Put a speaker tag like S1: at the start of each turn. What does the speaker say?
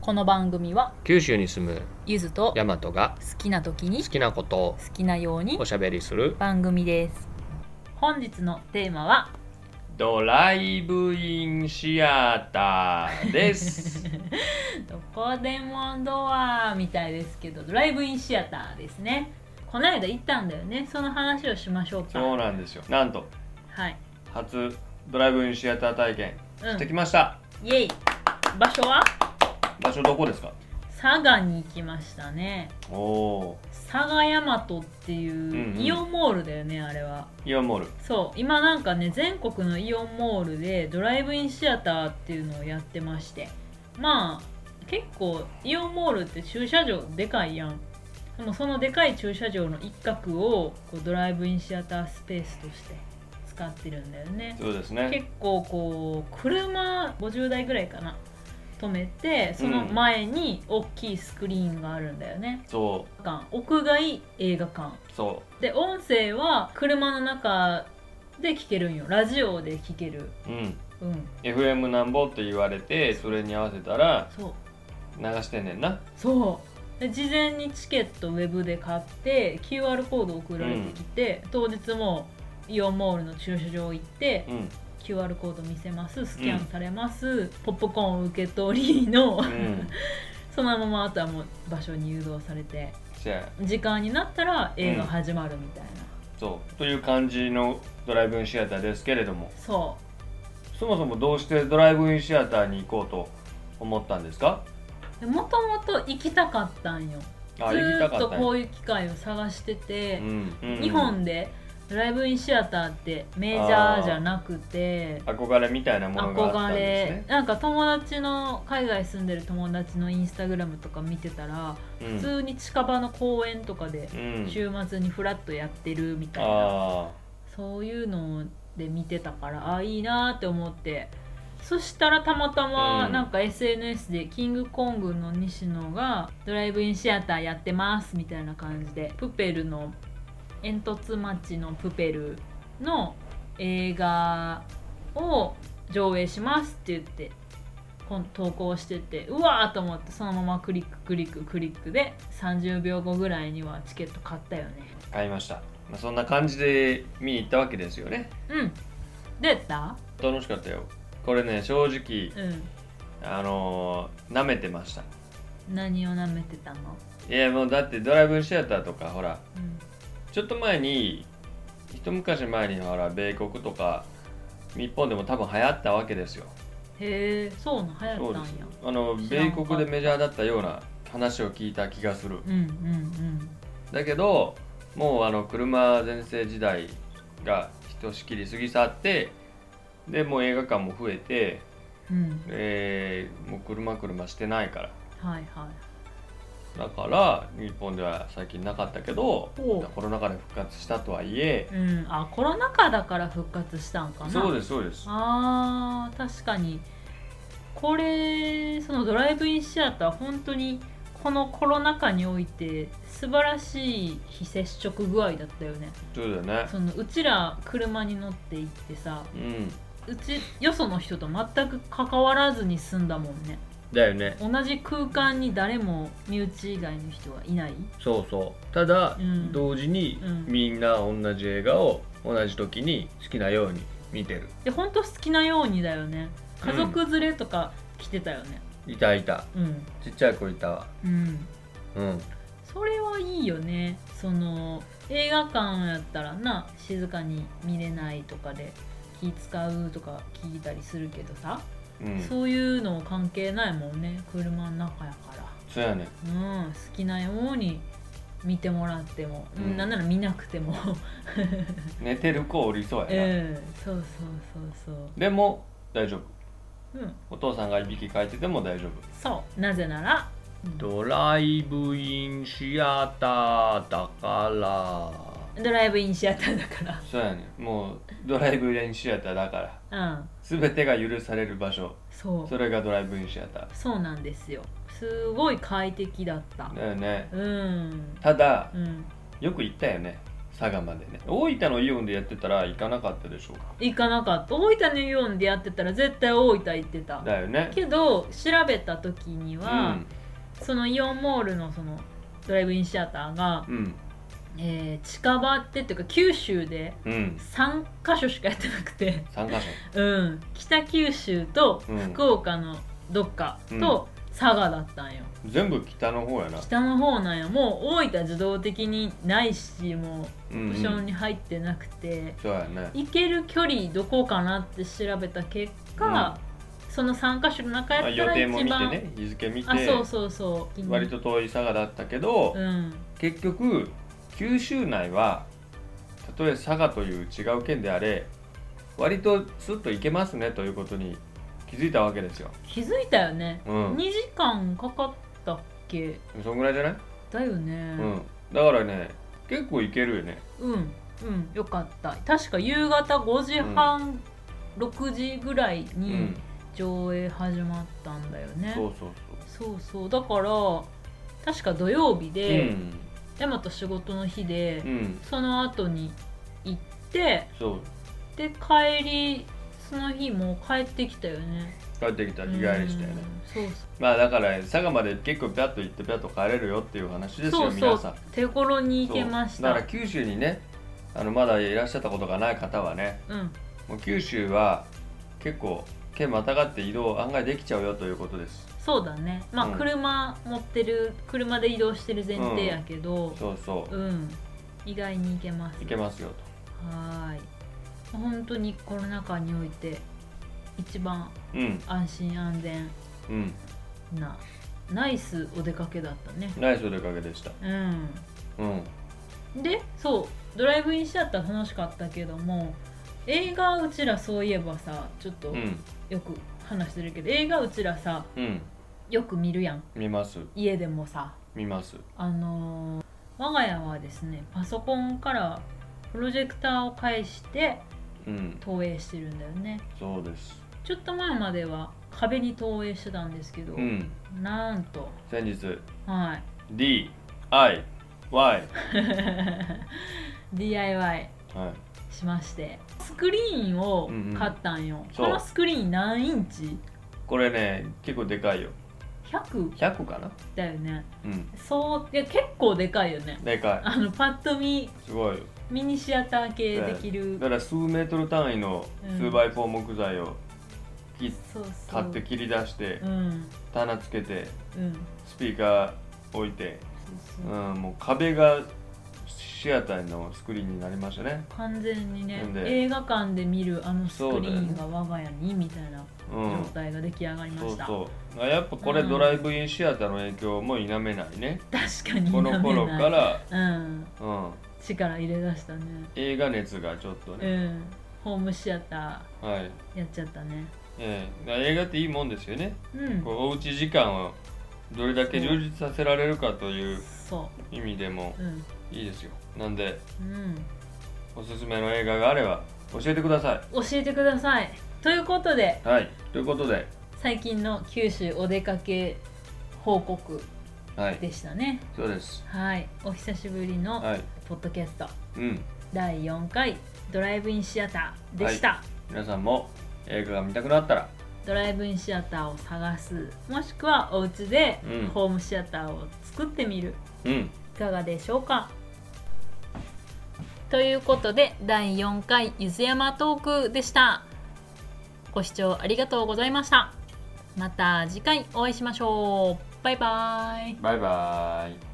S1: この番組は
S2: 九州に住む
S1: ゆずと
S2: 大和が
S1: 好きな時に
S2: 好きなことを
S1: 好きなように
S2: おしゃべりする
S1: 番組です本日のテーマは
S2: ドライブインシアターです
S1: どこでもドアみたいですけどドライブインシアターですねこの間行ったんだよねその話をしましょうか
S2: そうなんですよなんと
S1: はい、
S2: 初ドライブインシアター体験
S1: う
S2: して
S1: ん、
S2: きました、
S1: イエイ場所は
S2: 場所どこですか
S1: 佐賀に行きましたね
S2: おお
S1: 佐賀大和ってい
S2: んうん
S1: うイオンモールだよね、あれは
S2: ーイオンモール
S1: そう今なんかね全国のイオンモールでドライブインシアターっていうのをやってましてまあ結構イオンモールって駐車場でかいやんでもそのでかい駐車場の一角をこうドライブインシアタースペースとして使ってるんだよね
S2: そうですね
S1: 結構こう車50台ぐらいかな止めてその前に大きいスクリーンがあるんだよね、
S2: そ
S1: 屋外映画館
S2: うそ
S1: で音声は車の中で聞けるんよラジオで聞ける
S2: ううん
S1: うん
S2: FM なんぼって言われてそれに合わせたら
S1: そう
S2: 流してんねんな
S1: そうで事前にチケットウェブで買って QR コード送られてきて、当日もイオンモールの駐車場行って、
S2: うん
S1: QR コード見せますスキャンされます、ポップコーン受け取りの、
S2: うん
S1: そのままあとはもう場所に誘導されて
S2: じゃ
S1: 時間になったら映画始まるみたいな、
S2: あそうという感じのドライブインシアターですけれども
S1: そ
S2: そもそもどうしてドライブインシアターに行こうと思ったんですか
S1: うもともと行きたかったんよ
S2: あ
S1: ず
S2: 行き
S1: ー
S2: た
S1: っ
S2: か
S1: と
S2: った
S1: こ
S2: ん
S1: う
S2: や
S1: いう機会を探してて、
S2: うんうん
S1: 日本でドライブインシアターってメジャーじゃなくて
S2: 憧れみたいなものがあ
S1: 憧
S2: ったんです
S1: れ
S2: ね
S1: なんか友達の海外住んでる友達のインスタグラムとか見てたら、
S2: うん
S1: 普通に近場の公園とかで
S2: うん
S1: 週末にフラッとやってるみたいな、
S2: あ
S1: そういうので見てたからあいいなーって思ってそしたらたまたま
S2: うん
S1: なんか SNS でキングコングの西野がドライブインシアターやってますみたいな感じでプペルの煙突町のプペルの映画を上映しますって言ってこん投稿しててうわーと思ってそのままクリッククリッククリックで30秒後ぐらいにはチケット買ったよね
S2: ー買いました、まあ、そんな感じで見に行ったわけですよね
S1: うんどうやった
S2: 楽しかったよこれね正直
S1: うん
S2: あのー、舐めてました
S1: 何を舐めてたの、
S2: いやもうだってドライブインシアターとかほら
S1: うん、
S2: ちょっと前に一昔前にほら米国とか日本でも多分流行ったわけですよ
S1: へえそうなん流行
S2: そう
S1: ったん
S2: で
S1: や
S2: すあの
S1: 知らんか
S2: 米
S1: った
S2: 国でメジャーだったような話を聞いた気がする
S1: うんうん
S2: だけどもうあの車全盛時代がひとしきり過ぎ去ってでもう映画館も増えて、
S1: うんうん
S2: えーもう車車してないから
S1: はいは
S2: だから日本では最近なかったけど
S1: おう
S2: コロナ禍で復活したとはいえ
S1: いうんあコロナ禍だから復活したんかな
S2: そう
S1: す
S2: ですそうです
S1: あー確かにこれそのドライブインシアター本当にこのコロナ禍において素晴らしい非接触具合だったよね
S2: そうだよね
S1: そのうちら車に乗って行ってさ
S2: うん
S1: うちよその人と全く関わらずに済んだもんね
S2: だよね
S1: 同じ空間に誰も身内以外の人はいない
S2: そうそうただ、
S1: うん
S2: 同時に
S1: うん
S2: みんな同じ映画を同じ時に好きなように見てる
S1: で本当好きなようにだよね家族連れとか来てたよね
S2: いたいた
S1: うん
S2: ちっちゃい子いたわ
S1: うん、
S2: うん
S1: それはいいよねその映画館やったらな静かに見れないとかで気使うとか聞いたりするけどさ、
S2: うん
S1: そういうの関係ないもんね車の中やから
S2: そうやね
S1: うん好きなように見てもらっても、う
S2: うん
S1: ん、なんなら見なくて も
S2: 寝てる子おりそうやな、
S1: うんそうそうそう
S2: でも大丈夫
S1: そううん
S2: お父さんがいびきかいてても大丈夫
S1: そうなぜなら
S2: ドライブインシアターだから
S1: ドライブインシアターだか
S2: そうやねもうドライブインシアターだから
S1: ら うん
S2: 全てが許される場所
S1: そう
S2: それがドライブインシアタ
S1: そうなんですよすごい快適だった
S2: ーだよね
S1: うん
S2: ただ
S1: うん
S2: よく行ったよね佐賀までね大分のイオンでやってたら行かなかったでしょうか
S1: 行かなかった大分のイオンでやってたら絶対大分行ってた
S2: だよね
S1: けど調べた時には、そのイオンモールのそのドライブインシアターが、
S2: うんうん
S1: えー近場ってっていうか九州で
S2: うん
S1: 3箇所しかやってなくて
S2: 3か
S1: うん北九州と
S2: 所、うん
S1: 福、岡のどっかと佐賀だったんよ、
S2: 全部北の方やな、
S1: 北の方なんやもう大分自動的にないしも
S2: うん
S1: う
S2: う
S1: オ
S2: ん
S1: プションに入ってなくて、
S2: そうやね
S1: 行ける距離どこかなって調べた結果、その3箇所の中や
S2: まあ、
S1: った
S2: 予
S1: ら
S2: 定
S1: 一
S2: も見て
S1: 番、
S2: ね日付見て
S1: あそうそうそう気に
S2: 割と遠い佐賀だったけど、
S1: うん
S2: 結局九州内はたとえ佐賀という違う県であれ割とスッと行けますねということに気づいたわけですよ、
S1: 気づいたよね、
S2: うん、
S1: 2時間かかったっけ
S2: そんぐらいじゃない、
S1: だよ
S2: う
S1: ね
S2: んだからね結構行けるよね
S1: うんうん、よかった確か夕方5時半、6時ぐらいうに
S2: ん
S1: 上映始まったんだよね、
S2: そうそう
S1: そうそうだから確か土曜日
S2: そう、
S1: で、大和仕事の日で、
S2: うんうん
S1: その後に行って
S2: そう
S1: で帰りその日もう帰ってきたよね
S2: 帰ってきた日帰りしたよね、
S1: うん
S2: まあだから佐賀まで結構ピャッと行ってピャッと帰れるよっていう話ですよ
S1: そうそうそ
S2: 皆
S1: う
S2: さん
S1: 手頃に行けまし
S2: そうだか
S1: た
S2: ら九州にねあのまだいらっしゃったことがない方はね
S1: うん
S2: もう九州は結構県またがって移動案外できちゃうよということです
S1: そうだねまあ、
S2: うん
S1: 車持ってる車で移動してる前提やけど
S2: そうそう
S1: うん、意外に行けます
S2: 行けますよ
S1: はーい本当にコロナ禍において一番
S2: とうん
S1: 安心安全
S2: うん
S1: なナイスお出かけだったね
S2: ナイスお出かけでした
S1: う
S2: うん
S1: んでそうドライブインしちゃったら楽しかったけども映画うちらそういえばさちょっと
S2: うん
S1: よく話してるけど、映画うちらさ
S2: うん
S1: よく見るやん
S2: 見ます
S1: 家でもさ
S2: 見ます
S1: あのー我が家はですねパソコンからプロジェクターを介して
S2: うん
S1: 投影してるんだよね
S2: そうです
S1: ちょっと前までは壁に投影してたんですけど、
S2: うん
S1: なんと
S2: 先日
S1: はい
S2: DIY はい
S1: DIY しましてスクリーンを買ったんよ、
S2: そう
S1: このスクリーン何インチ
S2: これね結構でかいよ
S1: ?100
S2: 100かな
S1: だよね
S2: うん
S1: そういや結構でかいよね
S2: でか
S1: あのパッと見
S2: いすごいよ
S1: ミニシアター系できる、
S2: だから数メートル単位の
S1: うん
S2: 2x4 木材をき
S1: そうそ
S2: 買
S1: う
S2: って切り出して
S1: うん
S2: 棚つけて
S1: うん
S2: スピーカー置いて、
S1: そう
S2: う
S1: そう、
S2: ん、もう壁がシアターのスクリーンになりましたね、
S1: 完全にね
S2: なんで
S1: 映画館で見るあのスクリーンが
S2: そ
S1: 我が家にみたいな
S2: う
S1: 状
S2: ん、
S1: 態が出来上がりま
S2: そう
S1: した、
S2: そうあやっぱこれ
S1: うん
S2: ドライブインシアターの影響も否めないね、
S1: 確かに
S2: この
S1: 舐
S2: 頃
S1: め
S2: か
S1: ない
S2: ら、
S1: うん
S2: うん、
S1: 力入れ出したね
S2: 映画熱がちょっと
S1: う
S2: ね、
S1: んホームシアタ
S2: はい、
S1: ーやっちゃったね
S2: ええだから映画っていいもんですよね
S1: うん
S2: こうおうち時間をどれだけ充実させられるかという
S1: そ
S2: 意味でも
S1: ううん
S2: いいですよなんで
S1: うん
S2: おすすめの映画があれば教えてくださ
S1: 教えてくださいということで
S2: いはいということで
S1: 最近の九州お出かけ報告
S2: はい
S1: でしたね
S2: そうです
S1: はいお久しぶりの
S2: はい
S1: ポッドキャスト
S2: うん
S1: 第4回ドライブインシアターでした、
S2: 皆さんも映画が見たくなったら
S1: ドライブインシアターを探すもしくはお家で
S2: うん
S1: ホームシアターを作ってみる、
S2: うん
S1: いかがでしょうかということで第4回ゆずやまトークでしたご視聴ありがとうございましたまた次回お会いしましょうバイバイ
S2: バイバーイ